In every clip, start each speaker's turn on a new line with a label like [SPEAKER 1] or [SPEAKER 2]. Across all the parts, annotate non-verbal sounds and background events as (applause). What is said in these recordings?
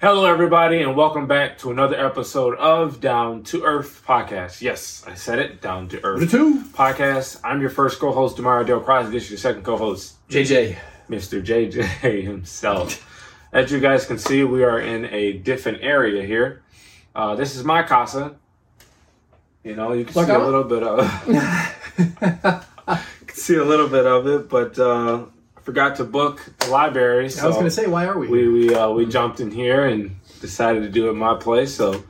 [SPEAKER 1] Hello, everybody, and welcome back to another episode of Down to Earth podcast. Yes, I said it, Down to
[SPEAKER 2] The (laughs)
[SPEAKER 1] Earth
[SPEAKER 2] two.
[SPEAKER 1] podcast. I'm your first co-host, Demario Del Crosby. This is your second co-host,
[SPEAKER 2] (laughs) JJ.
[SPEAKER 1] Mr. JJ (laughs) himself. As you guys can see, we are in a different area here. Uh, this is my casa. You know, you can
[SPEAKER 2] Like
[SPEAKER 1] see
[SPEAKER 2] that?
[SPEAKER 1] a little bit of, (laughs) you can see a little bit of it, but uh, I forgot to book the library.
[SPEAKER 2] I was
[SPEAKER 1] so-
[SPEAKER 2] going to say, why are we?
[SPEAKER 1] we we uh, we jumped in here and decided to do it my place. So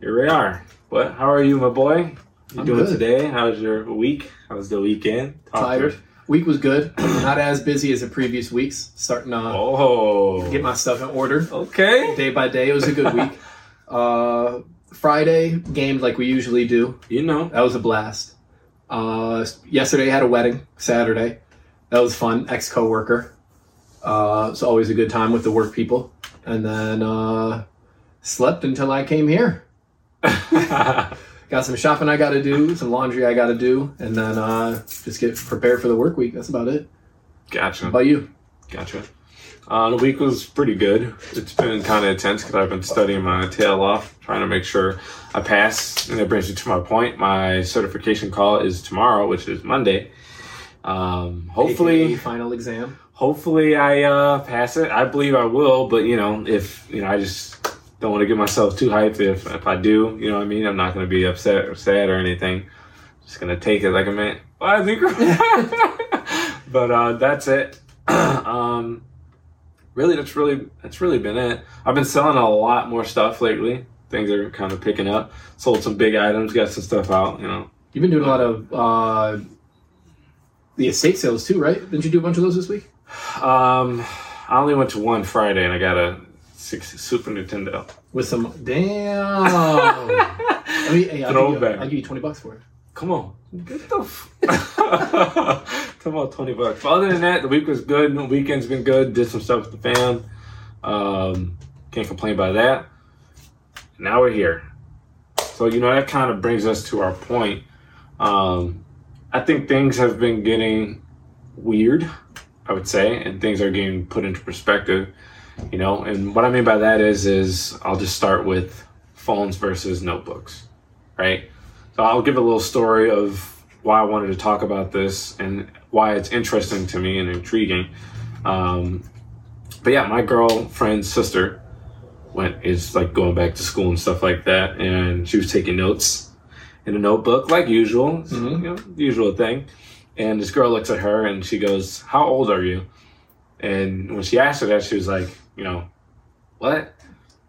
[SPEAKER 1] here we are. What? How are you, my boy? You
[SPEAKER 2] I'm
[SPEAKER 1] doing
[SPEAKER 2] good.
[SPEAKER 1] today? How's your week? How's the weekend? Talk to
[SPEAKER 2] Tired.
[SPEAKER 1] me.
[SPEAKER 2] Week was good. Not as busy as the previous weeks. Starting to
[SPEAKER 1] Oh.
[SPEAKER 2] get my stuff in order
[SPEAKER 1] okay.
[SPEAKER 2] day by day. It was a good week. Uh, Friday gamed like we usually do.
[SPEAKER 1] You know. (laughs)
[SPEAKER 2] That was a blast. Uh, yesterday had a wedding. Saturday, that was fun. Ex coworker. Uh, it's always a good time with the work people. And then uh, slept until I came here. Got some shopping I got to do, some laundry I got to do, and then uh, just get prepared for the work week. That's about it. How
[SPEAKER 1] gotcha.
[SPEAKER 2] about you?
[SPEAKER 1] Gotcha. Uh, the week was pretty good. It's been kind of intense because I've been studying my tail off, trying to make sure I pass. And that brings me to my point. My certification call is tomorrow, which is Monday. Um, hopefully,
[SPEAKER 2] AKA final exam.
[SPEAKER 1] hopefully I uh, pass it. I believe I will, but you know, if you know, I just don't want to get myself too hyped. If if I do, you know what I mean. I'm not going to be upset or sad or anything. Just going to take it like a man. Well, I think, (laughs) but uh, that's it. (clears throat) um, really, that's really that's really been it. I've been selling a lot more stuff lately. Things are kind of picking up. Sold some big items. Got some stuff out. You know.
[SPEAKER 2] You've been doing a lot of uh, the estate sales too, right? Didn't you do a bunch of those this week?
[SPEAKER 1] Um, I only went to one Friday, and I got a six Super Nintendo.
[SPEAKER 2] With some damn. (laughs) I mean, hey, I'll, give you,
[SPEAKER 1] Throwback.
[SPEAKER 2] I'll give you twenty bucks for it.
[SPEAKER 1] Oh.
[SPEAKER 2] (laughs)
[SPEAKER 1] Come on. Get the f- (laughs) Come on, 20 bucks. But other than that, the week was good. The weekend's been good. Did some stuff with the fam. Um, can't complain about that. Now we're here. So, you know, that kind of brings us to our point. Um, I think things have been getting weird, I would say, and things are getting put into perspective, you know. And what I mean by that is, is I'll just start with phones versus notebooks, right? So I'll give a little story of why I wanted to talk about this and why it's interesting to me and intriguing. Um, but yeah, my girlfriend's sister went is like going back to school and stuff like that, and she was taking notes in a notebook like usual, It's,
[SPEAKER 2] Mhm.
[SPEAKER 1] you know, usual thing. And this girl looks at her and she goes, "How old are you?" And when she asked her that, she was like, "You know, what?"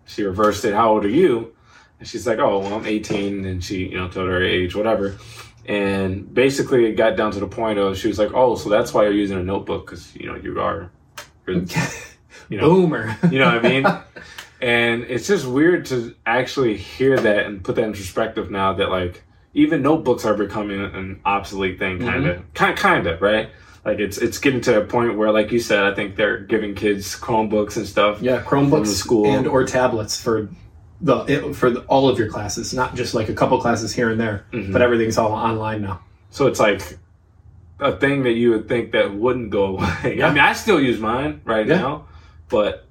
[SPEAKER 1] She reversed it. "How old are you?" And she's like, "Oh, well, I'm 18," and she, you know, told her age, whatever. And basically, it got down to the point of she was like, "Oh, so that's why you're using a notebook because you know you are, you're, you
[SPEAKER 2] (laughs)
[SPEAKER 1] know,
[SPEAKER 2] Boomer.
[SPEAKER 1] you know what I mean." And it's just weird to actually hear that and put that in perspective now that like even notebooks are becoming an obsolete thing, kind of, kind, kind of, right? Like it's it's getting to a point where, like you said, I think they're giving kids Chromebooks and stuff.
[SPEAKER 2] yeah,
[SPEAKER 1] From
[SPEAKER 2] Chromebooks
[SPEAKER 1] the school.
[SPEAKER 2] and or tablets for the it, for the, all of your classes, not just like a couple classes here and there,
[SPEAKER 1] Mhm.
[SPEAKER 2] but everything's all online now.
[SPEAKER 1] So it's like a thing that you would think that wouldn't go away. (laughs) I mean, I still use mine right
[SPEAKER 2] Yeah.
[SPEAKER 1] now, but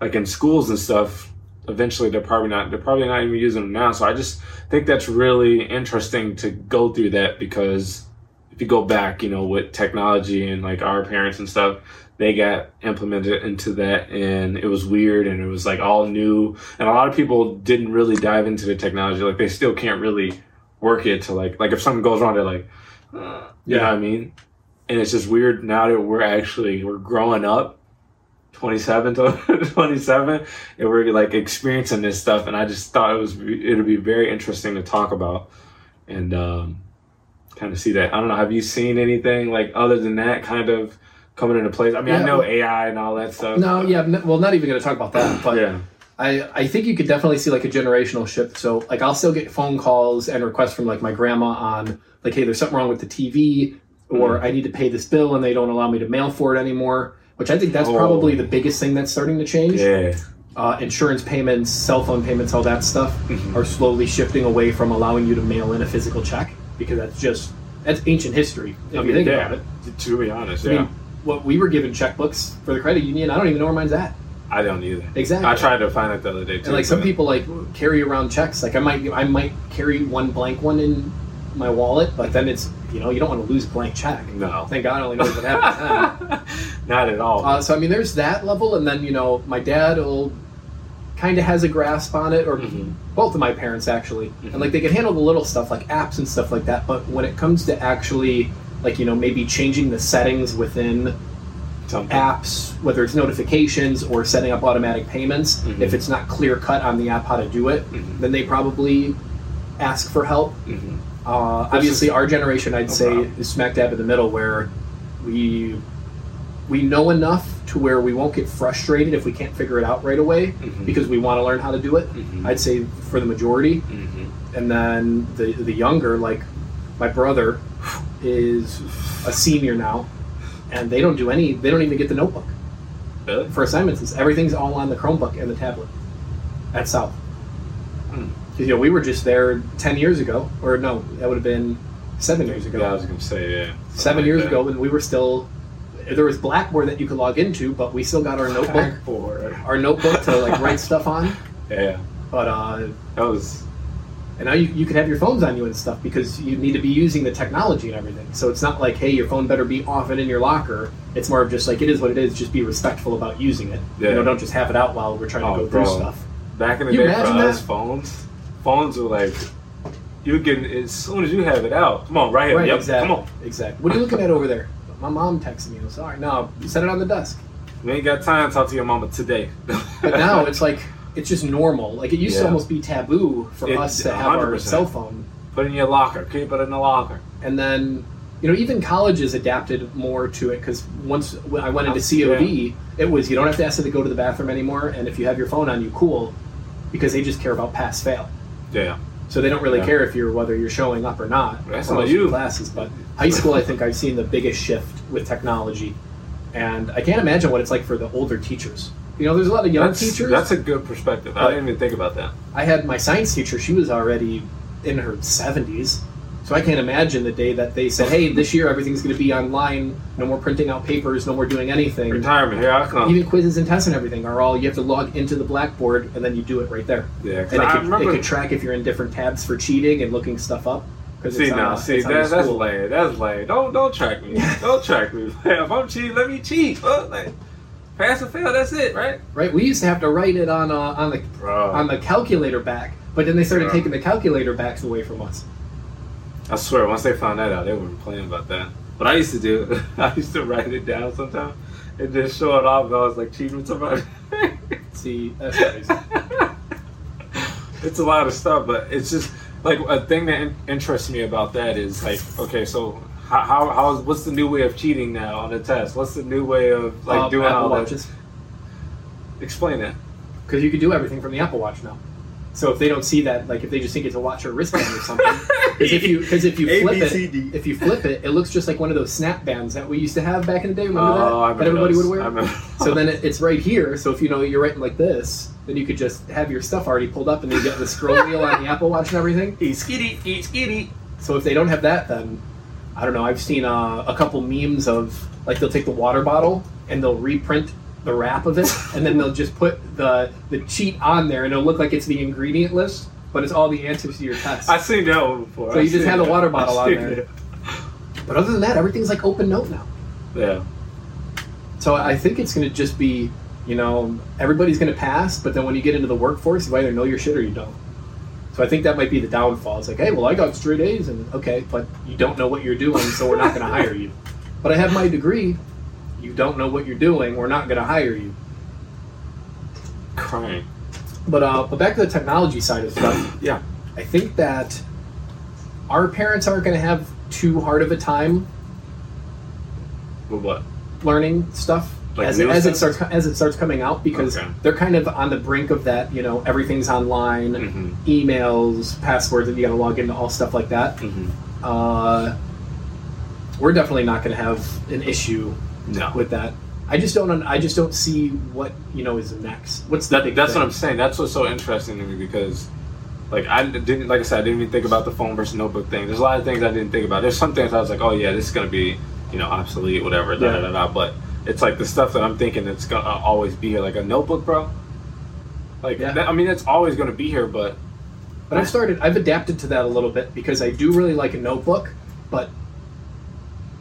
[SPEAKER 1] like in schools and stuff, eventually they're probably not they're probably not even using them now. So I just think that's really interesting to go through that because if you go back, you know, with technology and like our parents and stuff, they got implemented into that and it was weird and it was like all new and a lot of people didn't really dive into the technology. Like they still can't really work it to like like if something goes wrong, they're like, uh, you know
[SPEAKER 2] Yeah.
[SPEAKER 1] what I mean? And it's just weird now that we're actually we're growing up, twenty seven (laughs) to twenty seven, and we're like experiencing this stuff. And I just thought it was it'd be very interesting to talk about and um, kind of see that. I don't know. Have you seen anything like other than that kind of coming into place? I mean, I
[SPEAKER 2] Yeah,
[SPEAKER 1] know
[SPEAKER 2] well-
[SPEAKER 1] AI and all that stuff.
[SPEAKER 2] No, yeah, n- well, not even going to talk about that, but
[SPEAKER 1] yeah.
[SPEAKER 2] I, I think you could definitely see like a generational shift. So like I'll still get phone calls and requests from like my grandma on like, hey, there's something wrong with the TV, or
[SPEAKER 1] Hmm.
[SPEAKER 2] I need to pay this bill and they don't allow me to mail for it anymore. Which I think that's
[SPEAKER 1] Oh.
[SPEAKER 2] probably the biggest thing that's starting to change.
[SPEAKER 1] Yeah.
[SPEAKER 2] Uh, insurance payments, cell phone payments, all that stuff
[SPEAKER 1] Mm-hmm.
[SPEAKER 2] are slowly shifting away from allowing you to mail in a physical check because that's just that's ancient history
[SPEAKER 1] I
[SPEAKER 2] if you
[SPEAKER 1] mean,
[SPEAKER 2] think
[SPEAKER 1] yeah.
[SPEAKER 2] about it.
[SPEAKER 1] To be honest,
[SPEAKER 2] I
[SPEAKER 1] yeah.
[SPEAKER 2] mean, what we were given checkbooks for the credit union, I don't even know where mine's at.
[SPEAKER 1] I don't either.
[SPEAKER 2] Exactly.
[SPEAKER 1] I tried to find it the other day too.
[SPEAKER 2] And like some
[SPEAKER 1] but-
[SPEAKER 2] people like carry around checks. Like I might I might carry one blank one in my wallet, but then it's you know you don't want to lose a blank check. (laughs)
[SPEAKER 1] No.
[SPEAKER 2] Thank God, I only knows what happens then.
[SPEAKER 1] (laughs) Not at all.
[SPEAKER 2] Uh, so I mean, there's that level, and then you know, my dad will kind of has a grasp on it, or
[SPEAKER 1] Mhm.
[SPEAKER 2] both of my parents actually,
[SPEAKER 1] Mhm.
[SPEAKER 2] and like they can handle the little stuff like apps and stuff like that. But when it comes to actually, like you know, maybe changing the settings within
[SPEAKER 1] Something.
[SPEAKER 2] apps, whether it's notifications or setting up automatic payments,
[SPEAKER 1] Mhm.
[SPEAKER 2] if it's not clear cut on the app how to do it,
[SPEAKER 1] Mhm.
[SPEAKER 2] then they probably ask for help.
[SPEAKER 1] Mhm.
[SPEAKER 2] Uh, obviously, our generation, I'd
[SPEAKER 1] No
[SPEAKER 2] say,
[SPEAKER 1] problem.
[SPEAKER 2] is smack dab in the middle where we we know enough to where we won't get frustrated if we can't figure it out right away
[SPEAKER 1] Mhm.
[SPEAKER 2] because we want to learn how to do it.
[SPEAKER 1] Mhm.
[SPEAKER 2] I'd say for the majority,
[SPEAKER 1] Mhm.
[SPEAKER 2] and then the the younger, like my brother, is a senior now, and they don't do any. They don't even get the notebook
[SPEAKER 1] Really?
[SPEAKER 2] for assignments. It's, everything's all on the Chromebook and the tablet at South.
[SPEAKER 1] Hmm.
[SPEAKER 2] 'Cause, You know, we were just there ten years ago, or no, that would have been seven years ago.
[SPEAKER 1] Yeah, I was gonna say yeah. Something
[SPEAKER 2] seven
[SPEAKER 1] like
[SPEAKER 2] years
[SPEAKER 1] that.
[SPEAKER 2] ago, when we were still there was Blackboard that you could log into, but we still got our notebook,
[SPEAKER 1] Backboard.
[SPEAKER 2] our notebook to like write stuff on.
[SPEAKER 1] Yeah,
[SPEAKER 2] But uh,
[SPEAKER 1] that was
[SPEAKER 2] and now you, you could have your phones on you and stuff because you need to be using the technology and everything. So it's not like hey, your phone better be off and in your locker. It's more of just like it is what it is. Just be respectful about using it.
[SPEAKER 1] Yeah.
[SPEAKER 2] You know, don't just have it out while we're trying
[SPEAKER 1] Oh,
[SPEAKER 2] to go
[SPEAKER 1] bro.
[SPEAKER 2] through stuff.
[SPEAKER 1] back in the
[SPEAKER 2] You
[SPEAKER 1] day for
[SPEAKER 2] imagine
[SPEAKER 1] us.
[SPEAKER 2] that?
[SPEAKER 1] Phones, phones were like you can as soon as you have it out. Come on, right here.
[SPEAKER 2] Right,
[SPEAKER 1] yep.
[SPEAKER 2] exactly.
[SPEAKER 1] Come on.
[SPEAKER 2] Exactly. What are you looking at over there? My mom texted me. I was alright. No, set it on the desk.
[SPEAKER 1] We ain't got time to talk to your mama today.
[SPEAKER 2] But
[SPEAKER 1] (laughs)
[SPEAKER 2] now it's like it's just normal. Like it used to
[SPEAKER 1] Yeah.
[SPEAKER 2] almost be taboo for
[SPEAKER 1] It-
[SPEAKER 2] us to have our
[SPEAKER 1] 100%.
[SPEAKER 2] cell phone.
[SPEAKER 1] put it in your locker. Keep it in the locker.
[SPEAKER 2] And then, you know, even colleges adapted more to it because once when I went into COD, it was you don't have to ask them to go to the bathroom anymore, and if you have your phone on you, cool, because they just care about pass fail.
[SPEAKER 1] Yeah.
[SPEAKER 2] So they don't really
[SPEAKER 1] Yeah.
[SPEAKER 2] care if you're whether you're showing up or not.
[SPEAKER 1] That's
[SPEAKER 2] for
[SPEAKER 1] on
[SPEAKER 2] most of the
[SPEAKER 1] you.
[SPEAKER 2] Classes, but high school, I think I've seen the biggest shift with technology, and I can't imagine what it's like for the older teachers. You know, there's a lot of young
[SPEAKER 1] that's,
[SPEAKER 2] teachers.
[SPEAKER 1] That's a good perspective. I
[SPEAKER 2] But-
[SPEAKER 1] didn't even think about that.
[SPEAKER 2] I had my science teacher, she was already in her 70s. So I can't imagine the day that they said, hey, this year everything's going to be online, no more printing out papers, no more doing anything.
[SPEAKER 1] Retirement. Here I come.
[SPEAKER 2] Even quizzes and tests and everything are all you have to log into the Blackboard and then you do it right there.
[SPEAKER 1] Yeah, 'cause
[SPEAKER 2] And it
[SPEAKER 1] I
[SPEAKER 2] could,
[SPEAKER 1] remember.
[SPEAKER 2] it could track if you're in different tabs for cheating and looking stuff up. 'cause
[SPEAKER 1] see
[SPEAKER 2] it's on
[SPEAKER 1] now,
[SPEAKER 2] the-
[SPEAKER 1] see
[SPEAKER 2] it's on
[SPEAKER 1] that,
[SPEAKER 2] the
[SPEAKER 1] that's
[SPEAKER 2] school.
[SPEAKER 1] lame. That's lame. Don't don't track me. don't track me. (laughs) if I'm cheating, let me cheat. Huh? Like, pass or fail. That's it, right?
[SPEAKER 2] right. We used to have to write it on uh, on the
[SPEAKER 1] Bro,
[SPEAKER 2] on the calculator back, but then they started
[SPEAKER 1] Oh. Yeah.
[SPEAKER 2] taking the calculator backs away from us.
[SPEAKER 1] I swear, once they found that out, they weren't playing about that. What I used to do, (laughs) I used to write it down sometimes and then show it off. I was like cheating with somebody. (laughs)
[SPEAKER 2] See, that's crazy.
[SPEAKER 1] it's a lot of stuff, but it's just like a thing that in- interests me about that is like, okay, so how, how how's what's the new way of cheating now on a test? What's the new way of like
[SPEAKER 2] Um,
[SPEAKER 1] doing
[SPEAKER 2] Apple
[SPEAKER 1] all that?
[SPEAKER 2] watches.
[SPEAKER 1] Explain it.
[SPEAKER 2] because you can do everything from the Apple Watch now. So if they don't see that, like if they just think it's a watch or wristband
[SPEAKER 1] (laughs)
[SPEAKER 2] or (laughs) something, because if you because if you
[SPEAKER 1] A,
[SPEAKER 2] flip
[SPEAKER 1] B, C, D.
[SPEAKER 2] it, if you flip it, it looks just like one of those snap bands that we used to have back in the day. Remember that?
[SPEAKER 1] Oh, I remember
[SPEAKER 2] that everybody
[SPEAKER 1] those.
[SPEAKER 2] would wear.
[SPEAKER 1] I remember.
[SPEAKER 2] So then it, it's right here. So if you know you're writing like this, then you could just have your stuff already pulled up, and then you get the scroll wheel on the Apple Watch and everything.
[SPEAKER 1] (laughs) eat skitty, eat skitty.
[SPEAKER 2] So if they don't have that, then I don't know. I've seen uh, a couple memes of like they'll take the water bottle and they'll reprint the wrap of it, and then they'll just put the the cheat on there, and it'll look like it's the ingredient list, but it's all the answers to your test.
[SPEAKER 1] I've seen that one before.
[SPEAKER 2] So you
[SPEAKER 1] I've
[SPEAKER 2] just
[SPEAKER 1] seen
[SPEAKER 2] had a
[SPEAKER 1] that.
[SPEAKER 2] water
[SPEAKER 1] (laughs)
[SPEAKER 2] bottle
[SPEAKER 1] I've
[SPEAKER 2] on
[SPEAKER 1] seen
[SPEAKER 2] there. But other than that, everything's like open note now.
[SPEAKER 1] that. Yeah.
[SPEAKER 2] So I think it's going to just be, you know, everybody's going to pass, but then when you get into the workforce, you either know your shit or you don't. So I think that might be the downfall. It's like, hey, well, I got straight A's, and okay, but you don't know what you're doing, so we're not going to hire you. But I have my degree. You don't know what you're doing. We're not going to hire you.
[SPEAKER 1] Crying.
[SPEAKER 2] But uh, but back to the technology side of stuff.
[SPEAKER 1] Yeah.
[SPEAKER 2] I think that our parents aren't going to have too hard of a time
[SPEAKER 1] But what?
[SPEAKER 2] learning stuff
[SPEAKER 1] Like
[SPEAKER 2] as,
[SPEAKER 1] new
[SPEAKER 2] as it
[SPEAKER 1] stuff?
[SPEAKER 2] starts as it starts coming out because
[SPEAKER 1] Okay.
[SPEAKER 2] they're kind of on the brink of that you know everything's online
[SPEAKER 1] Mm-hmm.
[SPEAKER 2] emails passwords that you got to log into all stuff like that
[SPEAKER 1] hmm
[SPEAKER 2] uh, we're definitely not going to have an issue
[SPEAKER 1] No.
[SPEAKER 2] with that I just don't un- I just don't see what you know is next what's the
[SPEAKER 1] That,
[SPEAKER 2] big
[SPEAKER 1] that's
[SPEAKER 2] thing?
[SPEAKER 1] what I'm saying. That's what's so interesting to me because, like, I didn't, like I said, I didn't even think about the phone versus notebook thing. There's a lot of things I didn't think about. There's some things I was like, oh yeah, this is gonna be, you know, obsolete, whatever, da da
[SPEAKER 2] Yeah.
[SPEAKER 1] da da. But it's like the stuff that I'm thinking that's gonna always be here, like a notebook, bro. Like,
[SPEAKER 2] Yeah.
[SPEAKER 1] that, I mean, that's always gonna be here, but
[SPEAKER 2] But I've started. I've adapted to that a little bit because I do really like a notebook. But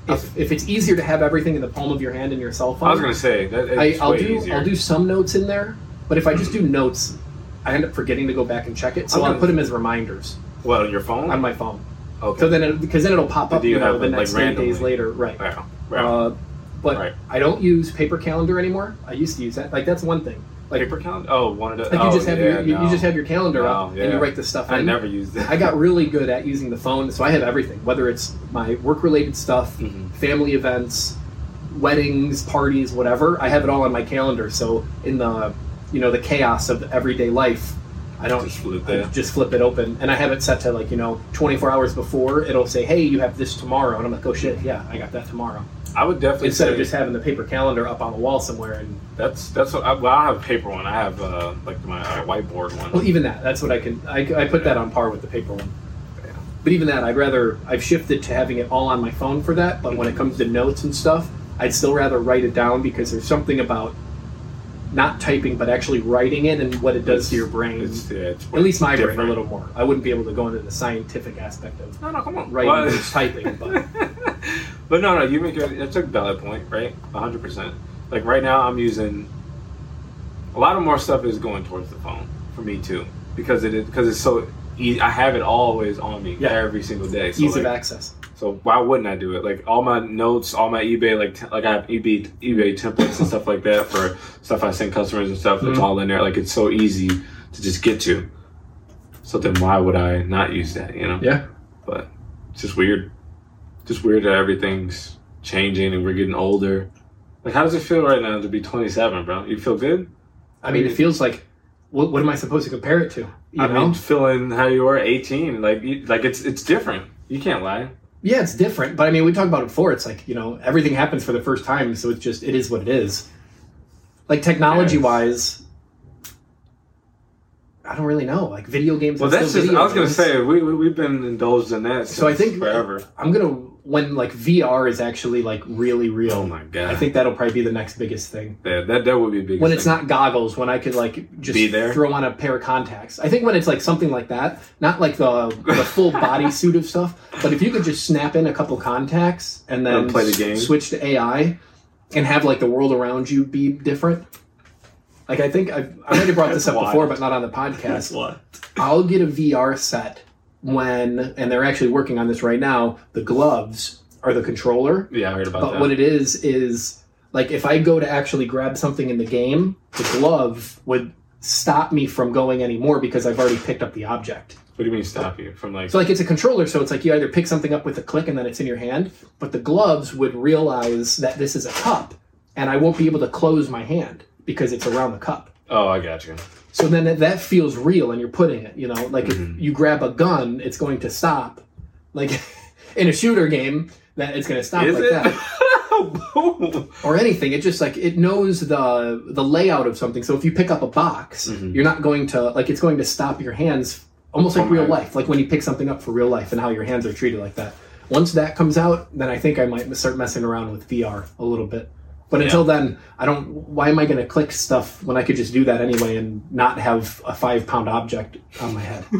[SPEAKER 2] if, if it's easier to have everything in the palm of your hand and your cell phone,
[SPEAKER 1] I was gonna say that
[SPEAKER 2] I,
[SPEAKER 1] it's
[SPEAKER 2] I'll
[SPEAKER 1] way
[SPEAKER 2] do
[SPEAKER 1] easier.
[SPEAKER 2] I'll do some notes in there, but if I just do notes, I end up forgetting to go back and check it. So
[SPEAKER 1] I'm
[SPEAKER 2] I'll
[SPEAKER 1] gonna-
[SPEAKER 2] put them as reminders
[SPEAKER 1] well, your phone.
[SPEAKER 2] on my phone.
[SPEAKER 1] okay.
[SPEAKER 2] So then, it, because then it'll pop
[SPEAKER 1] But
[SPEAKER 2] up
[SPEAKER 1] do you
[SPEAKER 2] you know,
[SPEAKER 1] have
[SPEAKER 2] the
[SPEAKER 1] it, like,
[SPEAKER 2] next three days
[SPEAKER 1] randomly?
[SPEAKER 2] later, right?
[SPEAKER 1] wow. Wow.
[SPEAKER 2] Uh, but
[SPEAKER 1] Right.
[SPEAKER 2] I don't use paper calendar anymore. I used to use that. Like that's one thing. Like
[SPEAKER 1] paper calendar. Oh, one of the.
[SPEAKER 2] like
[SPEAKER 1] oh,
[SPEAKER 2] you just have
[SPEAKER 1] yeah,
[SPEAKER 2] your, you,
[SPEAKER 1] no.
[SPEAKER 2] you just have your calendar
[SPEAKER 1] No,
[SPEAKER 2] up and
[SPEAKER 1] yeah.
[SPEAKER 2] you write the stuff.
[SPEAKER 1] I
[SPEAKER 2] in.
[SPEAKER 1] never used that. (laughs)
[SPEAKER 2] I got really good at using the phone, so I have everything, whether it's my work related stuff,
[SPEAKER 1] Mhm.
[SPEAKER 2] family events, weddings, parties, whatever. I have it all on my calendar. So in the you know the chaos of everyday life, I don't
[SPEAKER 1] Just flip
[SPEAKER 2] I
[SPEAKER 1] that.
[SPEAKER 2] just flip it open, and I have it set to like you know 24 hours before. It'll say, "Hey, you have this tomorrow," and I'm like, "Oh shit, yeah, I got that tomorrow."
[SPEAKER 1] I would definitely
[SPEAKER 2] Instead
[SPEAKER 1] say
[SPEAKER 2] of just having the paper calendar up on the wall somewhere, and
[SPEAKER 1] that's that's what I, well, I don't have a paper one. I have uh, like my uh, whiteboard one.
[SPEAKER 2] well, even that—that's what I can. I, I put that on par with the paper one. But even that, I'd rather I've shifted to having it all on my phone for that. But when it comes to notes and stuff, I'd still rather write it down because there's something about not typing but actually writing it and what it does to your brain.
[SPEAKER 1] It's, yeah, it's
[SPEAKER 2] At least my brain
[SPEAKER 1] different.
[SPEAKER 2] a little more. I wouldn't be able to go into the scientific aspect of
[SPEAKER 1] No, no, come on.
[SPEAKER 2] writing
[SPEAKER 1] Well, (laughs)
[SPEAKER 2] versus typing, but
[SPEAKER 1] but no, no, you make a, that's a valid point, right? hundred percent. Like right now, I'm using a lot of more stuff is going towards the phone for me too, because it is because it's so easy. I have it always on me
[SPEAKER 2] Yeah.
[SPEAKER 1] every single day. So,
[SPEAKER 2] ease of
[SPEAKER 1] like,
[SPEAKER 2] access.
[SPEAKER 1] so why wouldn't I do it? Like all my notes, all my eBay, like t- like I have eBay eBay templates and stuff like that for stuff I send customers and stuff. It's
[SPEAKER 2] Mhm.
[SPEAKER 1] all in there. Like it's so easy to just get to. So then why would I not use that? You know.
[SPEAKER 2] Yeah.
[SPEAKER 1] But it's just weird. Just weird that everything's changing and we're getting older. Like, how does it feel right now to be 27, bro? You feel good?
[SPEAKER 2] I mean, it feels like what, what am I supposed to compare it to? You
[SPEAKER 1] I
[SPEAKER 2] know?
[SPEAKER 1] mean, feeling how you were 18. Like, you, like it's it's different. You can't lie.
[SPEAKER 2] yeah, it's different, but I mean, we talked about it before. It's like you know, everything happens for the first time, so it's just it is what it is. Like technology wise, I don't really know. Like video games.
[SPEAKER 1] Well,
[SPEAKER 2] are
[SPEAKER 1] that's
[SPEAKER 2] still
[SPEAKER 1] just.
[SPEAKER 2] video
[SPEAKER 1] I was gonna
[SPEAKER 2] games.
[SPEAKER 1] say we we have been indulged in that.
[SPEAKER 2] So I
[SPEAKER 1] since
[SPEAKER 2] think-
[SPEAKER 1] forever.
[SPEAKER 2] I'm gonna when like VR is actually like really real.
[SPEAKER 1] Oh my god.
[SPEAKER 2] I think that'll probably be the next biggest thing.
[SPEAKER 1] that that, that would be big.
[SPEAKER 2] When it's not goggles, when I could like just
[SPEAKER 1] Be there.
[SPEAKER 2] throw on a pair of contacts. I think when it's like something like that, not like the,
[SPEAKER 1] (laughs)
[SPEAKER 2] the full body suit of stuff, but if you could just snap in a couple contacts and then
[SPEAKER 1] And play the
[SPEAKER 2] s-
[SPEAKER 1] game.
[SPEAKER 2] switch to AI, and have like the world around you be different. Like I think I've, I might have
[SPEAKER 1] (laughs)
[SPEAKER 2] brought this up
[SPEAKER 1] That's
[SPEAKER 2] before,
[SPEAKER 1] wild.
[SPEAKER 2] but not on the podcast.
[SPEAKER 1] (laughs) what.
[SPEAKER 2] I'll get a VR set when, and they're actually working on this right now. The gloves are the controller,
[SPEAKER 1] Yeah, I heard about
[SPEAKER 2] but
[SPEAKER 1] that.
[SPEAKER 2] what it is is like if I go to actually grab something in the game, the glove would stop me from going anymore because I've already picked up the object.
[SPEAKER 1] what do you mean stop you from like?
[SPEAKER 2] So like it's a controller, so it's like you either pick something up with a click and then it's in your hand, but the gloves would realize that this is a cup and I won't be able to close my hand because it's around the cup.
[SPEAKER 1] oh, I got you.
[SPEAKER 2] So then that- that feels real and you're putting it, you know, like
[SPEAKER 1] Mhm.
[SPEAKER 2] if you grab a gun, it's going to stop. Like (laughs) in a shooter game, that it's going to stop
[SPEAKER 1] Is
[SPEAKER 2] like
[SPEAKER 1] it?
[SPEAKER 2] that
[SPEAKER 1] Boom.
[SPEAKER 2] or anything. It just like it knows the the layout of something. So if you pick up a box,
[SPEAKER 1] Mhm.
[SPEAKER 2] you're not going to like it's going to stop your hands almost like
[SPEAKER 1] From
[SPEAKER 2] real
[SPEAKER 1] it.
[SPEAKER 2] life, like when you pick something up for real life and how your hands are treated like that. Once that comes out, then I think I might start messing around with VR a little bit. But until then, I don't. Why am I going to click stuff when I could just do that anyway and not have a five pound object on
[SPEAKER 1] (laughs)
[SPEAKER 2] my head?
[SPEAKER 1] (laughs)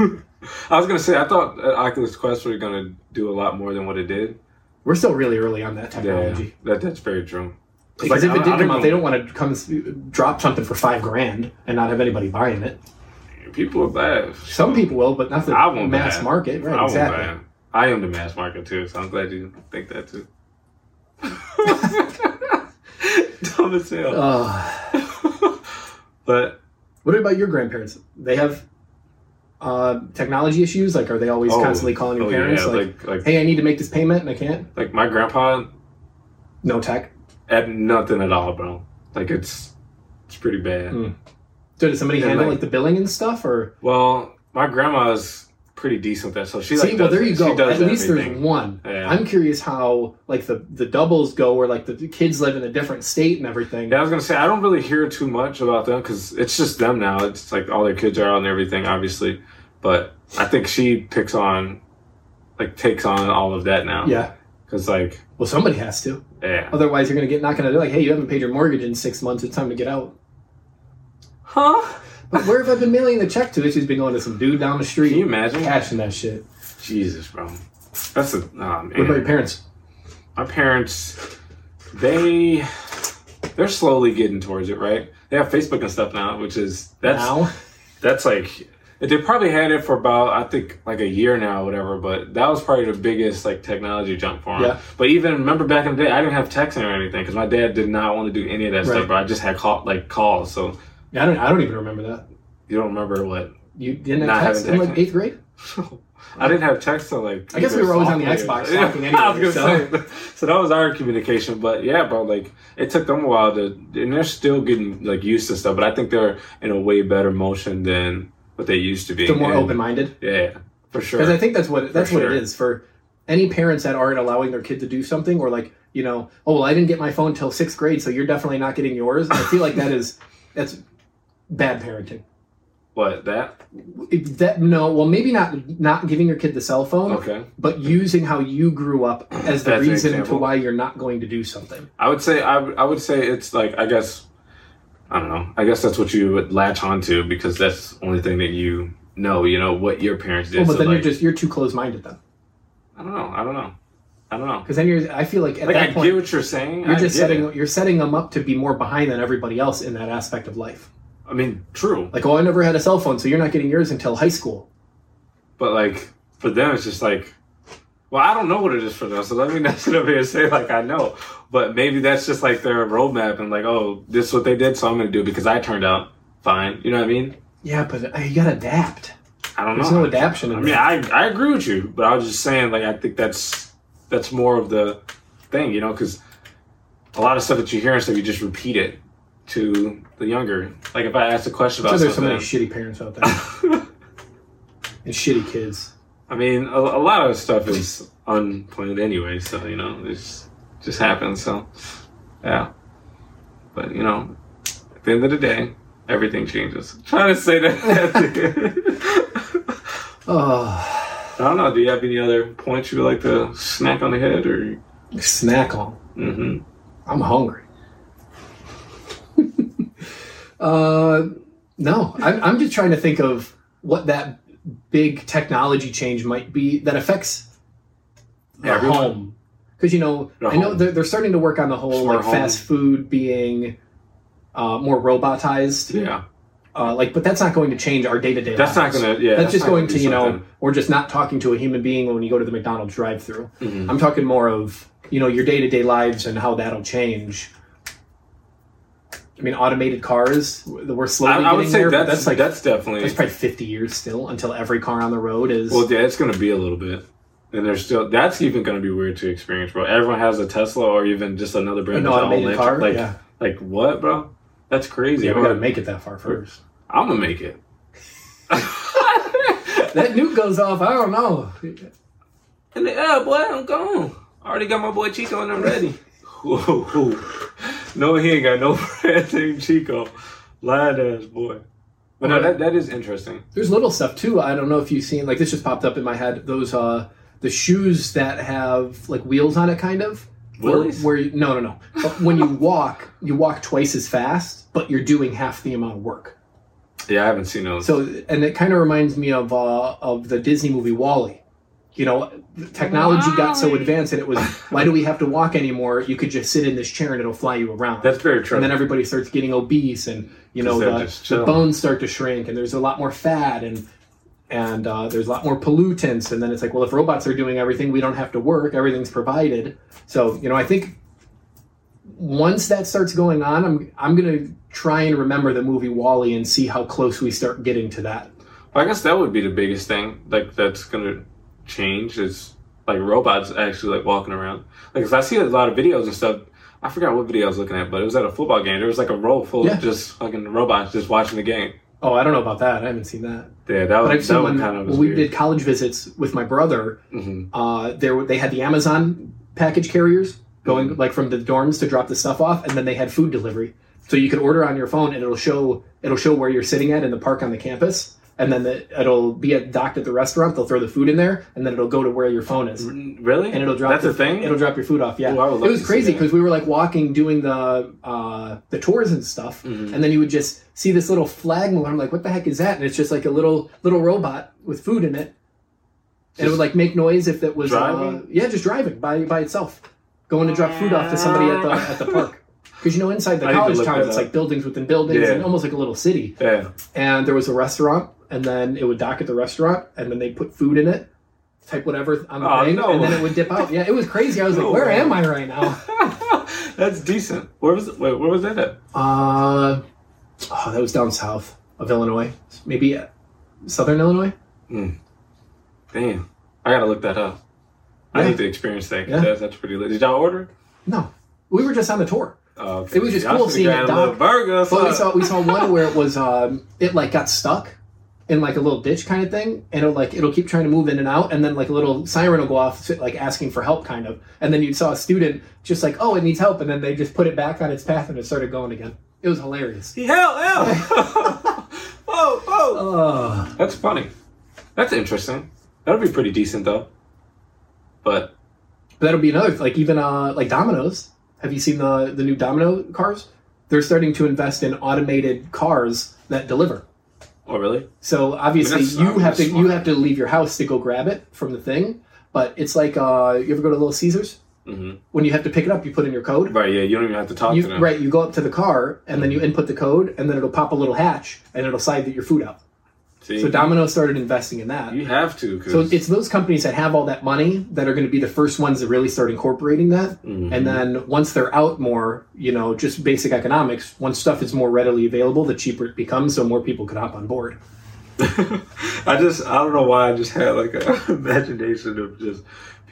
[SPEAKER 1] I was gonna say I thought uh, Oculus Quest were gonna do a lot more than what it did.
[SPEAKER 2] We're still really early on that
[SPEAKER 1] Yeah,
[SPEAKER 2] technology.
[SPEAKER 1] that that's very true. It's
[SPEAKER 2] Because
[SPEAKER 1] like,
[SPEAKER 2] if
[SPEAKER 1] I-
[SPEAKER 2] it
[SPEAKER 1] I
[SPEAKER 2] did come out, they
[SPEAKER 1] even-
[SPEAKER 2] don't want to come s- drop something for five grand and not have anybody buying it.
[SPEAKER 1] People are bad.
[SPEAKER 2] Some people will, but not the
[SPEAKER 1] I won't
[SPEAKER 2] mass
[SPEAKER 1] buy it.
[SPEAKER 2] market. Right,
[SPEAKER 1] I won't
[SPEAKER 2] exactly.
[SPEAKER 1] buy it. I am the mass market too, so I'm glad you think that too. (laughs) Dumb as
[SPEAKER 2] Oh,
[SPEAKER 1] hell.
[SPEAKER 2] Ugh. (laughs)
[SPEAKER 1] but
[SPEAKER 2] Uh, what about your grandparents? They have uh, technology issues. Like, are they always
[SPEAKER 1] Oh,
[SPEAKER 2] constantly calling your
[SPEAKER 1] oh,
[SPEAKER 2] parents?
[SPEAKER 1] yeah,
[SPEAKER 2] like,
[SPEAKER 1] like like
[SPEAKER 2] hey, I need to make this payment and I can't.
[SPEAKER 1] like my grandpa
[SPEAKER 2] No tech.
[SPEAKER 1] had nothing at all, bro. Like it's it's pretty bad.
[SPEAKER 2] Mm. So does somebody
[SPEAKER 1] Yeah,
[SPEAKER 2] handle
[SPEAKER 1] like-
[SPEAKER 2] like the billing and stuff? Or
[SPEAKER 1] Well, my grandma's pretty decent with that, so she
[SPEAKER 2] see,
[SPEAKER 1] like
[SPEAKER 2] well,
[SPEAKER 1] does
[SPEAKER 2] there
[SPEAKER 1] it.
[SPEAKER 2] you
[SPEAKER 1] She
[SPEAKER 2] go. At
[SPEAKER 1] does
[SPEAKER 2] least there's
[SPEAKER 1] everything.
[SPEAKER 2] one.
[SPEAKER 1] Yeah.
[SPEAKER 2] I'm curious how like the the doubles go, where like the, the kids live in a different state and everything.
[SPEAKER 1] Yeah, I was gonna say I don't really hear too much about them because it's just them now. It's like all their kids are out and everything, obviously. But I think she picks on, like, takes on all of that now.
[SPEAKER 2] Yeah.
[SPEAKER 1] Because Because like,
[SPEAKER 2] Well, somebody has to.
[SPEAKER 1] yeah,
[SPEAKER 2] Otherwise, you're going to get not going to do like, hey, you haven't paid your mortgage in six months. It's time to get out.
[SPEAKER 1] huh?
[SPEAKER 2] But where have I been mailing the check to? It's just been going to some dude down the street.
[SPEAKER 1] Can you imagine?
[SPEAKER 2] cashing that shit?
[SPEAKER 1] Jesus, bro. That's a nah, man.
[SPEAKER 2] What about your parents?
[SPEAKER 1] my parents they they're slowly getting towards it right they have facebook and stuff now which is that's
[SPEAKER 2] now?
[SPEAKER 1] that's like they probably had it for about i think like a year now or whatever but that was probably the biggest like technology jump for them
[SPEAKER 2] Yeah.
[SPEAKER 1] but even remember back in the day i didn't have texting or anything because my dad did not want to do any of that stuff
[SPEAKER 2] Right.
[SPEAKER 1] but i just had call like calls so
[SPEAKER 2] I don't. I don't even remember that.
[SPEAKER 1] you don't remember what
[SPEAKER 2] You didn't
[SPEAKER 1] Not
[SPEAKER 2] have text
[SPEAKER 1] having
[SPEAKER 2] in like
[SPEAKER 1] text.
[SPEAKER 2] eighth grade.
[SPEAKER 1] I didn't have text till like.
[SPEAKER 2] I guess
[SPEAKER 1] either
[SPEAKER 2] we were always on the
[SPEAKER 1] sophomore
[SPEAKER 2] Xbox
[SPEAKER 1] year.
[SPEAKER 2] talking
[SPEAKER 1] Yeah,
[SPEAKER 2] anyway,
[SPEAKER 1] (laughs) I was gonna
[SPEAKER 2] so-
[SPEAKER 1] say. (laughs) So that was our communication, but yeah, bro. Like it took them a while to, and they're still getting like used to stuff. But I think they're in a way better motion than what they used to be.
[SPEAKER 2] They're more
[SPEAKER 1] And-
[SPEAKER 2] open minded
[SPEAKER 1] Yeah, for sure.
[SPEAKER 2] because I think that's what that's
[SPEAKER 1] For
[SPEAKER 2] what
[SPEAKER 1] sure.
[SPEAKER 2] it is for any parents that aren't allowing their kid to do something or like you know oh well I didn't get my phone till sixth grade so you're definitely not getting yours. I feel like that is that's bad parenting.
[SPEAKER 1] what that?
[SPEAKER 2] If that no well maybe not not giving your kid the cell phone
[SPEAKER 1] Okay.
[SPEAKER 2] but using how you grew up as the
[SPEAKER 1] That's an
[SPEAKER 2] reason to
[SPEAKER 1] example.
[SPEAKER 2] why you're not going to do something.
[SPEAKER 1] I would say I, would- I would say it's like I guess I don't know. I guess that's what you would latch onto because that's the only thing that you know. You know what your parents did.
[SPEAKER 2] Well, but
[SPEAKER 1] So,
[SPEAKER 2] then
[SPEAKER 1] like,
[SPEAKER 2] you're just you're too close minded then
[SPEAKER 1] I don't know. I don't know. I don't know.
[SPEAKER 2] because then you're I feel like at
[SPEAKER 1] Like
[SPEAKER 2] that
[SPEAKER 1] I
[SPEAKER 2] point
[SPEAKER 1] get what you're saying.
[SPEAKER 2] You're
[SPEAKER 1] I
[SPEAKER 2] just
[SPEAKER 1] get
[SPEAKER 2] setting
[SPEAKER 1] it.
[SPEAKER 2] you're setting them up to be more behind than everybody else in that aspect of life.
[SPEAKER 1] I mean, true.
[SPEAKER 2] Like, oh, I never had a cell phone, so you're not getting yours until high school.
[SPEAKER 1] But like for them, it's just like, well, I don't know what it is for them, so let me (laughs) not sit up here and say like I know. But maybe that's just like their roadmap and like, oh, this is what they did, so I'm gonna do it because I turned out fine. You know what I mean?
[SPEAKER 2] Yeah, but uh, you gotta adapt.
[SPEAKER 1] I don't
[SPEAKER 2] There's
[SPEAKER 1] know.
[SPEAKER 2] no adaption
[SPEAKER 1] I
[SPEAKER 2] in
[SPEAKER 1] mean,
[SPEAKER 2] that.
[SPEAKER 1] I I agree with you, but I was just saying like I think that's that's more of the thing, you know, because a lot of stuff that you hear and stuff, you just repeat it to the younger. Like if I ask a question
[SPEAKER 2] So
[SPEAKER 1] about
[SPEAKER 2] there's so
[SPEAKER 1] something,
[SPEAKER 2] many shitty parents out there
[SPEAKER 1] (laughs)
[SPEAKER 2] and shitty kids.
[SPEAKER 1] I mean, a, a lot of stuff is unplanned anyway, so you know, it's just happens. So, yeah. But you know, at the end of the day, everything changes. trying to say that. (laughs)
[SPEAKER 2] Oh,
[SPEAKER 1] I don't know. Do you have any other points you would like to smack on the head, or?
[SPEAKER 2] snack on.
[SPEAKER 1] hmm
[SPEAKER 2] I'm hungry. (laughs) uh, no, I'm, I'm just trying to think of what that big technology change might be that affects the
[SPEAKER 1] Everyone.
[SPEAKER 2] home. Because you know,
[SPEAKER 1] The
[SPEAKER 2] I know
[SPEAKER 1] home.
[SPEAKER 2] they're, they're starting to work on the whole
[SPEAKER 1] Smart
[SPEAKER 2] like fast food being uh, more robotized.
[SPEAKER 1] Yeah,
[SPEAKER 2] Uh, like, but that's not going to change our day to day.
[SPEAKER 1] that's not gonna. Yeah,
[SPEAKER 2] That's, just
[SPEAKER 1] not
[SPEAKER 2] going
[SPEAKER 1] gonna
[SPEAKER 2] to
[SPEAKER 1] be
[SPEAKER 2] you know,
[SPEAKER 1] something.
[SPEAKER 2] or just not talking to a human being when you go to the McDonald's drive-through.
[SPEAKER 1] Mhm.
[SPEAKER 2] I'm talking more of you know your day to day lives and how that'll change. I mean, automated cars. w- We're slowly
[SPEAKER 1] I, I
[SPEAKER 2] getting
[SPEAKER 1] would say
[SPEAKER 2] there.
[SPEAKER 1] that's
[SPEAKER 2] but that's like that's,
[SPEAKER 1] that's definitely.
[SPEAKER 2] probably 50 years still until every car on the road is.
[SPEAKER 1] Well, yeah, it's going to be a little bit. And there's still that's even going to be weird to experience, bro. Everyone has a Tesla or even just another brand
[SPEAKER 2] an
[SPEAKER 1] that's all
[SPEAKER 2] automated
[SPEAKER 1] electric.
[SPEAKER 2] car.
[SPEAKER 1] Like,
[SPEAKER 2] yeah,
[SPEAKER 1] like what, bro? That's crazy.
[SPEAKER 2] yeah, we
[SPEAKER 1] bro.
[SPEAKER 2] gotta make it that far first.
[SPEAKER 1] I'm gonna make
[SPEAKER 2] (laughs)
[SPEAKER 1] it. (laughs)
[SPEAKER 2] That nuke goes off. I don't know.
[SPEAKER 1] And yeah, boy, I'm gone. I already got my boy Chico and I'm ready. Whoa, (laughs) no, he ain't got no (laughs) brand named Chico. Lying ass boy. But no, that, that is interesting.
[SPEAKER 2] There's little stuff too. I don't know if you've seen like this just popped up in my head. Those uh the shoes that have like wheels on it, kind of. Where-
[SPEAKER 1] Wheelies?
[SPEAKER 2] Where, you no no no. But when you (laughs) walk, you walk twice as fast, but you're doing half the amount of work.
[SPEAKER 1] Yeah, I haven't seen those.
[SPEAKER 2] So and it kind of reminds me of uh of the Disney movie Wally. You know, the technology got so
[SPEAKER 1] Wall-E.
[SPEAKER 2] advanced that it was why do we have to walk anymore? You could just sit in this chair and it'll fly you around.
[SPEAKER 1] that's very true.
[SPEAKER 2] and then everybody starts getting obese and you know
[SPEAKER 1] 'Cause they're
[SPEAKER 2] the,
[SPEAKER 1] just
[SPEAKER 2] the
[SPEAKER 1] chilling.
[SPEAKER 2] bones start to shrink and there's a lot more fat and and uh, there's a lot more pollutants and then it's like well if robots are doing everything we don't have to work everything's provided so you know i think once that starts going on i'm i'm gonna try and remember the movie wally and see how close we start getting to that
[SPEAKER 1] I guess that would be the biggest thing, like that's gonna change is like robots actually like walking around. Like, 'cause I see a lot of videos and stuff. I forgot what video I was looking at, but it was at a football game. There was like a row full
[SPEAKER 2] Yeah.
[SPEAKER 1] of just fucking robots just watching the game.
[SPEAKER 2] oh i don't know about that i haven't seen that
[SPEAKER 1] Yeah, that
[SPEAKER 2] but i've
[SPEAKER 1] was, Oh, that
[SPEAKER 2] seen when,
[SPEAKER 1] was kind of
[SPEAKER 2] when we
[SPEAKER 1] weird.
[SPEAKER 2] did college visits with my brother
[SPEAKER 1] Mhm.
[SPEAKER 2] uh, there were- they had the Amazon package carriers going like from the dorms to drop the stuff off, and then they had food delivery. So you could order on your phone, and it'll show it'll show where you're sitting at in the park on the campus. and then the, it'll be at, docked at the restaurant. They'll throw the food in there, and then it'll go to where your phone
[SPEAKER 1] Mm-hmm.
[SPEAKER 2] is, and
[SPEAKER 1] Really?
[SPEAKER 2] it'll drop.
[SPEAKER 1] That's
[SPEAKER 2] the,
[SPEAKER 1] a thing.
[SPEAKER 2] It'll drop your food off. Yeah,
[SPEAKER 1] Ooh, I would love
[SPEAKER 2] it was
[SPEAKER 1] to see
[SPEAKER 2] crazy
[SPEAKER 1] that.
[SPEAKER 2] because we were like walking, doing the uh, the tours and stuff,
[SPEAKER 1] Mm-hmm.
[SPEAKER 2] and then you would just see this little flag move. I'm like, what the heck is that? And it's just like a little little robot with food in it, and it would
[SPEAKER 1] Just-
[SPEAKER 2] like make noise if it was uh,
[SPEAKER 1] Driving?
[SPEAKER 2] yeah, just driving by by itself, going to drop food off to somebody at the at the park. Because you know, inside the
[SPEAKER 1] I need to
[SPEAKER 2] college
[SPEAKER 1] look
[SPEAKER 2] towns,
[SPEAKER 1] that
[SPEAKER 2] it's
[SPEAKER 1] up.
[SPEAKER 2] like buildings within buildings,
[SPEAKER 1] Yeah.
[SPEAKER 2] and almost like a little city
[SPEAKER 1] yeah. (laughs)
[SPEAKER 2] and there was a restaurant, and then it would dock at the restaurant, and then they put food in it, type whatever on the
[SPEAKER 1] Oh,
[SPEAKER 2] thing,
[SPEAKER 1] no.
[SPEAKER 2] and then it would dip out. Yeah, it was crazy. I was
[SPEAKER 1] No
[SPEAKER 2] like, where
[SPEAKER 1] way.
[SPEAKER 2] am I right now?
[SPEAKER 1] That's decent. Where was it? Wait, where was that at?
[SPEAKER 2] Uh, oh, that was down south of Illinois, maybe uh, southern Illinois.
[SPEAKER 1] Damn. I gotta look that up. I
[SPEAKER 2] Yeah.
[SPEAKER 1] need to experience that. 'cause
[SPEAKER 2] Yeah.
[SPEAKER 1] That's, that's pretty lit. Did y'all order?
[SPEAKER 2] No, we were just on a tour.
[SPEAKER 1] Oh, okay.
[SPEAKER 2] It was just
[SPEAKER 1] Y'all
[SPEAKER 2] cool
[SPEAKER 1] should've
[SPEAKER 2] seeing it
[SPEAKER 1] grabbed a little
[SPEAKER 2] dock.
[SPEAKER 1] burger. or
[SPEAKER 2] But we
[SPEAKER 1] something.
[SPEAKER 2] saw we saw one where it was um, it like got stuck in like a little ditch kind of thing, and it'll like it'll keep trying to move in and out, and then like a little siren will go off, like asking for help, kind of. And then you saw a student just like, oh, it needs help, and then they just put it back on its path, and it started going again. It was hilarious.
[SPEAKER 1] Hell, hell. (laughs) whoa, whoa.
[SPEAKER 2] Oh,
[SPEAKER 1] That's funny. That's interesting. That'll be pretty decent though. But
[SPEAKER 2] that'll be another like even uh like Domino's. Have you seen the the new Domino cars? They're starting to invest in automated cars that deliver.
[SPEAKER 1] oh really?
[SPEAKER 2] So obviously
[SPEAKER 1] That's- I
[SPEAKER 2] you
[SPEAKER 1] mean,
[SPEAKER 2] have to
[SPEAKER 1] that's smart.
[SPEAKER 2] you have to leave your house to go grab it from the thing. But it's like uh, you ever go to Little Caesars
[SPEAKER 1] hmm
[SPEAKER 2] when you have to pick it up, you put in your code.
[SPEAKER 1] Right, yeah, you don't even have to talk to
[SPEAKER 2] You,
[SPEAKER 1] them.
[SPEAKER 2] right, you go up to the car and then you input the code, and then it'll pop a little hatch and it'll side that your food out.
[SPEAKER 1] See,
[SPEAKER 2] So Domino started investing in that.
[SPEAKER 1] you have to. 'cause-
[SPEAKER 2] So it's those companies that have all that money that are going to be the first ones that really start incorporating that.
[SPEAKER 1] Mhm.
[SPEAKER 2] And then once they're out more, you know, just basic economics, once stuff is more readily available, the cheaper it becomes, so more people can hop on board.
[SPEAKER 1] I just I don't know why I just had like a (laughs) imagination of just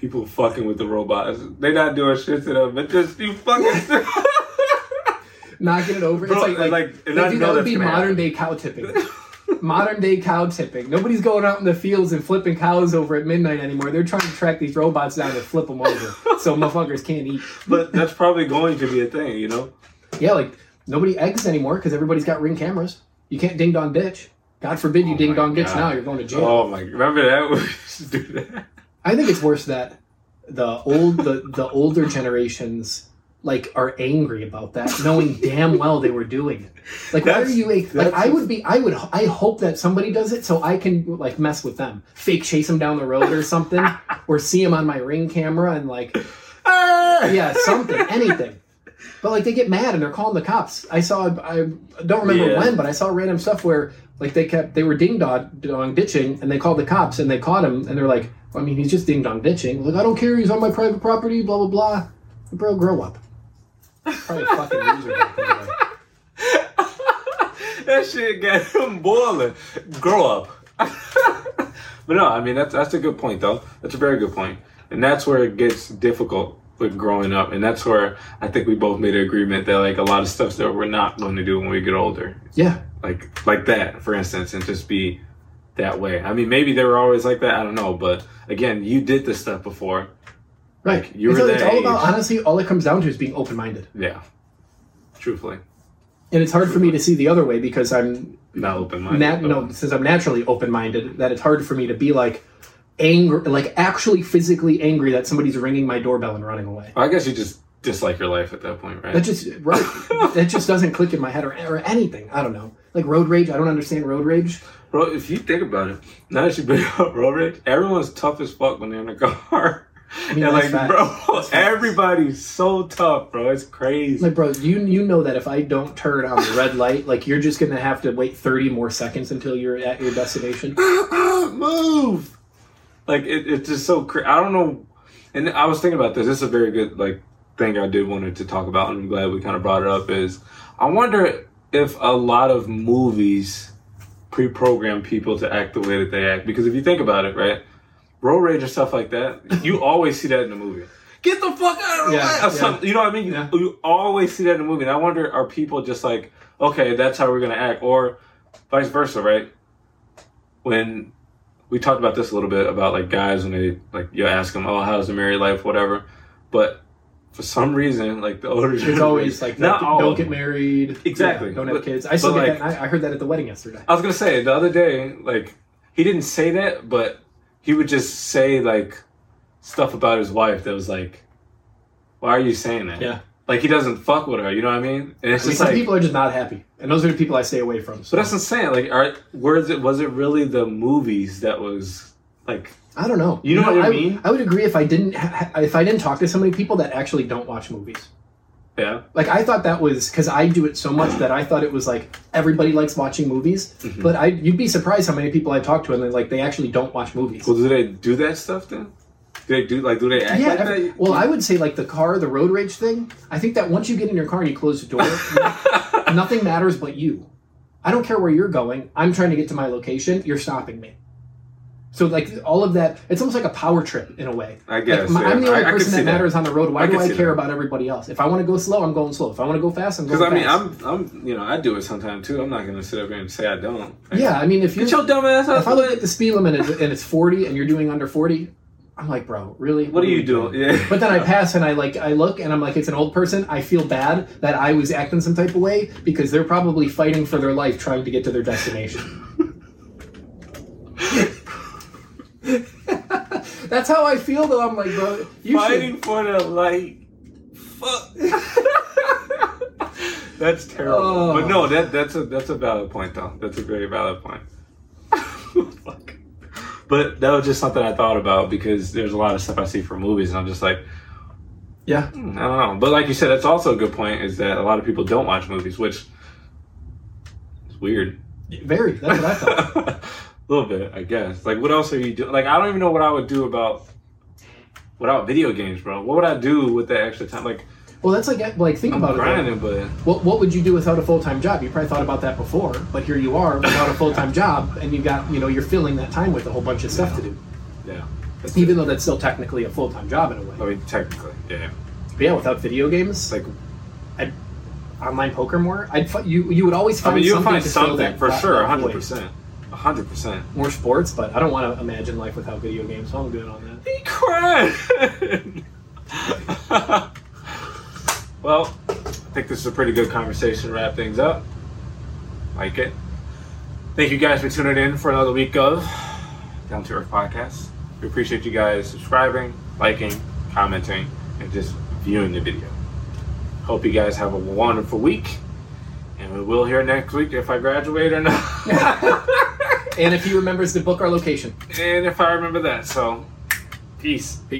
[SPEAKER 1] people fucking with the robots. They not doing shit to them, but just you
[SPEAKER 2] (laughs)
[SPEAKER 1] fucking.
[SPEAKER 2] Not get it over.
[SPEAKER 1] Bro,
[SPEAKER 2] it's like, like,
[SPEAKER 1] like, and
[SPEAKER 2] like,
[SPEAKER 1] I
[SPEAKER 2] dude,
[SPEAKER 1] know
[SPEAKER 2] that would
[SPEAKER 1] that's
[SPEAKER 2] be
[SPEAKER 1] gonna
[SPEAKER 2] modern day cow tipping. modern day cow tipping. Nobody's going out in the fields and flipping cows over at midnight anymore. They're trying to track these robots down to flip them over,
[SPEAKER 1] (laughs)
[SPEAKER 2] so motherfuckers can't eat.
[SPEAKER 1] but that's probably going to be a thing, you know.
[SPEAKER 2] Yeah, like nobody eggs anymore because everybody's got ring cameras. You can't ding dong ditch. God forbid you ding dong ditch
[SPEAKER 1] Oh God.
[SPEAKER 2] now. You're going to jail.
[SPEAKER 1] Oh my! Remember that? (laughs) We used to do that.
[SPEAKER 2] I think it's worse that the old the, the older generations like are angry about that, knowing damn well they were doing it. Like, why are
[SPEAKER 1] That's-
[SPEAKER 2] you a, like?
[SPEAKER 1] that's-
[SPEAKER 2] I would be. I would. I hope that somebody does it so I can like mess with them, fake chase them down the road or something, or see them on my ring camera and like,
[SPEAKER 1] Ah!
[SPEAKER 2] yeah, something, anything. But like, they get mad and they're calling the cops. I saw. I don't remember
[SPEAKER 1] Yeah.
[SPEAKER 2] when, but I saw random stuff where like they kept they were ding dong dong ditching and they called the cops and they caught him and they're like, I mean, he's just ding dong ditching. Like, I don't care. He's on my private property. Blah blah blah. Bro, grow up. Probably a fucking loser. back in the day.
[SPEAKER 1] that shit got (laughs) him boiling. Grow up. (laughs) but no, I mean that's that's a good point though. That's a very good point, and that's where it gets difficult with growing up, and that's where I think we both made an agreement that like a lot of stuff that we're not going to do when we get older,
[SPEAKER 2] Yeah,
[SPEAKER 1] like like that, for instance, and just be that way. I mean, maybe they were always like that. I don't know, but again, you did this stuff before.
[SPEAKER 2] right.
[SPEAKER 1] you
[SPEAKER 2] it's,
[SPEAKER 1] were
[SPEAKER 2] it's
[SPEAKER 1] that
[SPEAKER 2] all about
[SPEAKER 1] age.
[SPEAKER 2] honestly. All it comes down to is being open minded,
[SPEAKER 1] Yeah, truthfully,
[SPEAKER 2] and it's hard for me to see the other way because I'm
[SPEAKER 1] not open minded.
[SPEAKER 2] nat- no, since I'm naturally open minded. That it's hard for me to be like angry, like actually physically angry that somebody's ringing my doorbell and running away.
[SPEAKER 1] I guess you just dislike your life at that point, right?
[SPEAKER 2] That just
[SPEAKER 1] (laughs)
[SPEAKER 2] right. that just doesn't click in my head or, or anything. I don't know. Like road rage. I don't understand road rage.
[SPEAKER 1] Bro, if you think about it, now that you bring (laughs) up road rage, everyone's tough as fuck when they're in a (laughs) car. and
[SPEAKER 2] mean, that's
[SPEAKER 1] like,
[SPEAKER 2] facts.
[SPEAKER 1] bro,
[SPEAKER 2] That's facts.
[SPEAKER 1] everybody's so tough, bro. It's crazy.
[SPEAKER 2] Like, bro, you you know that if I don't turn on the red light, like you're just gonna have to wait thirty more seconds until you're at your destination.
[SPEAKER 1] (laughs) move. Like it, it's just so. Cra- I don't know. And I was thinking about this. This is a very good like thing I did wanted to talk about, and I'm glad we kind of brought it up. Is I wonder if a lot of movies pre-program people to act the way that they act because if you think about it, right, road rage and stuff like (laughs) that, you always see that in the movie. Get the fuck out of the
[SPEAKER 2] Yeah,
[SPEAKER 1] way!
[SPEAKER 2] yeah.
[SPEAKER 1] Or something, you know what I mean? You,
[SPEAKER 2] Yeah.
[SPEAKER 1] you always see that in the movie. And I wonder, are people just like, okay, that's how we're gonna act, or vice versa, right? When we talked about this a little bit about like guys when they like you ask them, oh, how's the married life, whatever. But for some reason, like the older
[SPEAKER 2] It's always like
[SPEAKER 1] Not
[SPEAKER 2] don't,
[SPEAKER 1] all
[SPEAKER 2] don't
[SPEAKER 1] of
[SPEAKER 2] get
[SPEAKER 1] them.
[SPEAKER 2] married.
[SPEAKER 1] Exactly.
[SPEAKER 2] Yeah, don't have
[SPEAKER 1] But-
[SPEAKER 2] kids. I still
[SPEAKER 1] but,
[SPEAKER 2] get
[SPEAKER 1] like-
[SPEAKER 2] that. and I, I heard that at the wedding yesterday.
[SPEAKER 1] I was gonna say the other day, like he didn't say that, but he would just say like stuff about his wife that was like, "Why are you saying that?"
[SPEAKER 2] Yeah.
[SPEAKER 1] like he doesn't fuck with her. You know what I mean? And it's
[SPEAKER 2] I mean,
[SPEAKER 1] just
[SPEAKER 2] some
[SPEAKER 1] like,
[SPEAKER 2] people are just not happy, and those are the people I stay away from.
[SPEAKER 1] but
[SPEAKER 2] So
[SPEAKER 1] that's insane. Like, are was it was it really the movies that was like?
[SPEAKER 2] I don't know.
[SPEAKER 1] You know what I
[SPEAKER 2] would-
[SPEAKER 1] mean?
[SPEAKER 2] I would agree if I didn't ha- ha- if I didn't talk to so many people that actually don't watch movies.
[SPEAKER 1] Yeah,
[SPEAKER 2] Like I thought that was because I do it so much that I thought it was like everybody likes watching movies.
[SPEAKER 1] Mm-hmm.
[SPEAKER 2] But I you'd be surprised how many people I talk to and they like they actually don't watch movies.
[SPEAKER 1] well, do they do that stuff then? Do they do like do they act
[SPEAKER 2] yeah,
[SPEAKER 1] like
[SPEAKER 2] every-
[SPEAKER 1] that?
[SPEAKER 2] well, I would say like the car, the road rage thing. I think that once you get in your car and you close the
[SPEAKER 1] (laughs)
[SPEAKER 2] door, nothing matters but you. I don't care where you're going. I'm trying to get to my location. You're stopping me. So like all of that, it's almost like a power trip in a way.
[SPEAKER 1] I guess,
[SPEAKER 2] Like, my-
[SPEAKER 1] yeah.
[SPEAKER 2] I'm the only
[SPEAKER 1] I- I could
[SPEAKER 2] person
[SPEAKER 1] see
[SPEAKER 2] that
[SPEAKER 1] that.
[SPEAKER 2] matters on the road. Why
[SPEAKER 1] I
[SPEAKER 2] do
[SPEAKER 1] could
[SPEAKER 2] I
[SPEAKER 1] see
[SPEAKER 2] care
[SPEAKER 1] that.
[SPEAKER 2] about everybody else? If I want to go slow, I'm going slow. If I want to go fast, I'm going
[SPEAKER 1] Because I
[SPEAKER 2] fast.
[SPEAKER 1] mean, I'm I'm you know I do it sometimes too. I'm not gonna sit up here and say I don't. Like,
[SPEAKER 2] yeah. I mean, if you
[SPEAKER 1] Get your dumb ass out
[SPEAKER 2] if I
[SPEAKER 1] the
[SPEAKER 2] look at
[SPEAKER 1] way.
[SPEAKER 2] the speed limit and and it's 40 and you're doing under 40, I'm like, bro, really?
[SPEAKER 1] What are
[SPEAKER 2] we
[SPEAKER 1] you doing? Yeah.
[SPEAKER 2] But then I pass and I like I look and I'm like it's an old person. I feel bad that I was acting some type of way because they're probably fighting for their life trying to get to their destination. (laughs) That's how I feel though. I'm like, bro, you
[SPEAKER 1] fighting for the light. Fuck. (laughs) that's terrible.
[SPEAKER 2] Oh.
[SPEAKER 1] But no, that that's a that's a valid point though. That's a very valid point. (laughs) Fuck. But that was just something I thought about because there's a lot of stuff I see for movies, and I'm just like,
[SPEAKER 2] should. Yeah.
[SPEAKER 1] I don't know. But like you said, that's also a good point. Is that a lot of people don't watch movies, which is weird.
[SPEAKER 2] Very. That's what
[SPEAKER 1] (laughs)
[SPEAKER 2] I thought.
[SPEAKER 1] a little bit, I guess. Like, what else are you doing? Like, I don't even know what I would do about without video games, bro. What would I do with that extra time? Like,
[SPEAKER 2] Well, that's like like think
[SPEAKER 1] I'm
[SPEAKER 2] about it.
[SPEAKER 1] grinding, but
[SPEAKER 2] though. What what would you do without a full time job? You probably thought about that before, but here you are without a full
[SPEAKER 1] (laughs)
[SPEAKER 2] time job, and you got you know you're filling that time with a whole bunch of stuff to do.
[SPEAKER 1] yeah, that's
[SPEAKER 2] Even though that's still technically a full time job in a way.
[SPEAKER 1] I mean, technically, yeah.
[SPEAKER 2] But yeah, without video games,
[SPEAKER 1] It's like,
[SPEAKER 2] online poker more. I'd fi- you you would always
[SPEAKER 1] I
[SPEAKER 2] find
[SPEAKER 1] mean, you'll
[SPEAKER 2] something
[SPEAKER 1] find
[SPEAKER 2] to fill
[SPEAKER 1] something
[SPEAKER 2] that
[SPEAKER 1] for
[SPEAKER 2] gap-
[SPEAKER 1] sure,
[SPEAKER 2] that
[SPEAKER 1] hundred
[SPEAKER 2] void.
[SPEAKER 1] percent, hundred percent.
[SPEAKER 2] More sports, but I don't want to imagine life without video games, so I'm good on that.
[SPEAKER 1] He cried. well, I think this is a pretty good conversation to wrap things up. Like it. Thank you guys for tuning in for another week of Down to Earth Podcast. We appreciate you guys subscribing, liking, commenting, and just viewing the video. Hope you guys have a wonderful week. And we will hear next week if I graduate or not. (laughs)
[SPEAKER 2] And if he remembers to book our location.
[SPEAKER 1] and if I remember that. So, peace.